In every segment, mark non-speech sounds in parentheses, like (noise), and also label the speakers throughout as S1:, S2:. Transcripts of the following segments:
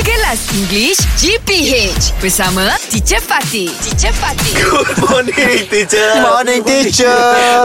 S1: Kelas English GPH bersama Teacher Fatih. Teacher Fatih.
S2: Good morning, teacher.
S3: Morning teacher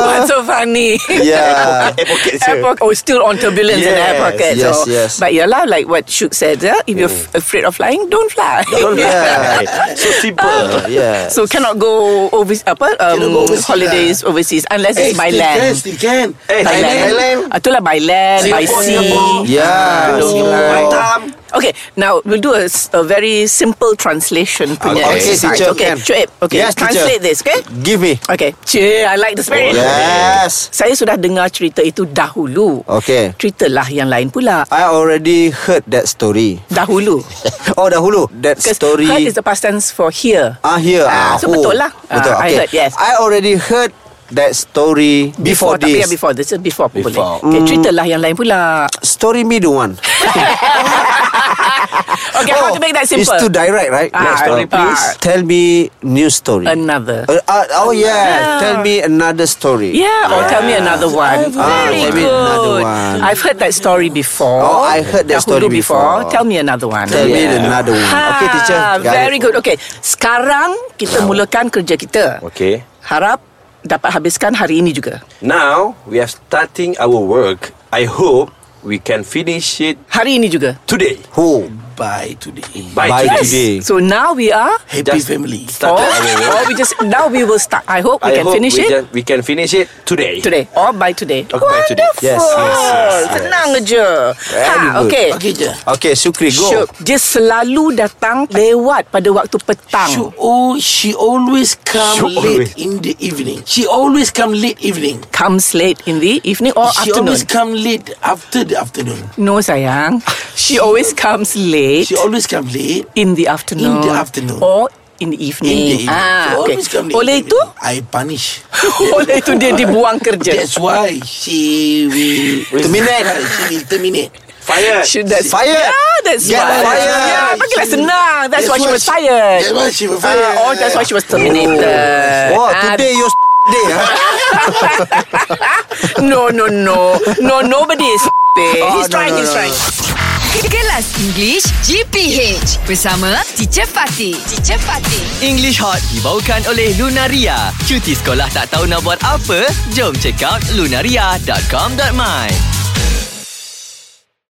S4: What's so funny?
S3: (laughs) Yeah
S2: Air pocket, sir.
S4: (laughs) Air poc- oh, still on turbulence in
S2: Yes,
S4: air pocket.
S3: yes,
S4: so,
S3: yes. Mm.
S4: But yeah, lah, like what Shuk said, eh? if you're f- afraid of flying, don't fly.
S3: Don't
S4: (laughs)
S2: Yeah.
S3: lie
S2: So simple.
S3: Yeah
S4: so cannot go overseas, apa, um,
S3: Cannot go overseas
S4: holidays overseas unless it's by land.
S3: Still can
S2: Eh,
S4: By land.
S3: Thailand.
S4: Ah, itulah by land, by
S2: Singapore,
S4: sea.
S2: Singapore.
S3: Yeah
S4: Hello.
S3: Singapore.
S2: Batam.
S4: Okay, now we'll do a, s- a very simple translation. punya
S3: Okay,
S4: exercise.
S3: teacher,
S4: Okay,
S3: can.
S4: Shoaib, okay,
S3: Yes, teacher.
S4: translate this, okay?
S3: Give me
S4: Okay, Cik, I like the spirit.
S3: Yes
S4: Saya sudah dengar cerita itu dahulu.
S3: Okay
S4: Ceritalah yang lain pula.
S3: I already heard
S2: (laughs)
S3: that story (laughs)
S4: Dahulu.
S3: Oh dahulu That
S4: Because
S3: story
S4: heard is the past tense for here.
S3: Ah here
S4: Ah, so
S3: oh.
S4: betul lah.
S3: Betul
S4: Ah, I
S3: okay
S4: heard, yes.
S3: I already heard That story Before,
S4: tapi
S3: this Hmm.
S4: yang before this is before, pun boleh.
S2: Before.
S4: Okay, ceritalah yang lain pula.
S3: Story me the one
S4: Okay, how to make that simple?
S3: Oh, It's too direct right
S4: Ah,
S3: Next
S4: story,
S3: one.
S4: please.
S3: Tell me New story
S4: Another.
S3: Uh, uh, oh yeah.
S4: Yeah.
S3: Tell me another story.
S4: yeah, or tell me another one.
S3: Ah,
S4: Very
S3: tell me
S4: good.
S3: another one.
S4: I've heard that story before.
S3: Oh, I heard that
S4: Dahulu
S3: story before.
S4: Tell me another one.
S3: Tell me another one. Okay, teacher.
S4: Ha,
S3: Got
S4: Very
S3: it.
S4: good. Okay, sekarang kita mulakan kerja kita.
S2: Okay.
S4: Harap dapat habiskan hari ini juga.
S2: Now we are starting our work. I hope we can finish it
S4: Hari ini juga.
S2: today.
S3: Who?
S5: Bye today.
S2: By,
S3: By
S2: today.
S3: today.
S4: So now we are
S5: Happy
S2: Just-
S5: family.
S2: Started our
S4: or,
S2: work.
S4: or we just now we will start. I hope we
S2: I
S4: can
S2: hope
S4: finish
S2: we
S4: it
S2: Can, we can finish it today.
S4: today or by today.
S2: Okay, by today.
S3: Yes, yes,
S4: Oh, senang je. Ha,
S3: Very good.
S4: okay.
S5: Okay je.
S3: Okay, Sukri, go.
S4: Syuk, dia selalu datang lewat pada waktu petang.
S5: She, oh, she always come
S2: She
S5: late
S2: always-
S5: in the evening. She always come late evening.
S4: Comes late in the evening or Oh,
S5: she
S4: afternoon.
S5: always come late after the afternoon.
S4: No sayang. She always comes late
S5: She always come late
S4: in the afternoon.
S5: In the afternoon.
S4: Or in the evening.
S5: in the evening.
S4: Ah, okay.
S5: she always come late.
S4: Oleh
S5: in the
S4: itu,
S5: evening. I punish.
S4: (laughs) oleh itu dia dibuang kerja.
S5: That's why she
S4: (laughs)
S5: will terminate. (laughs) She will terminate.
S2: Fire.
S4: Should that
S3: Fired.
S4: Yeah, Ah, that's
S3: Get
S4: why.
S3: fired.
S4: Yeah, makinlah senang. That's, why she was fired.
S5: That's why she was fired.
S4: Ah, oh, that's why she was terminated.
S3: Wow, Uh,
S4: Ah,
S3: today eh? your day. Huh?
S4: no, no, no. No, nobody is
S3: (laughs) Oh,
S4: He's
S3: no,
S4: trying,
S3: no,
S4: he's
S3: no,
S4: trying.
S1: Kelas English GPH bersama Teacher Fatih. Teacher Fatih.
S6: English Hot dibawakan oleh Lunaria. Cuti sekolah tak tahu nak buat apa? Jom check out lunaria.com.my.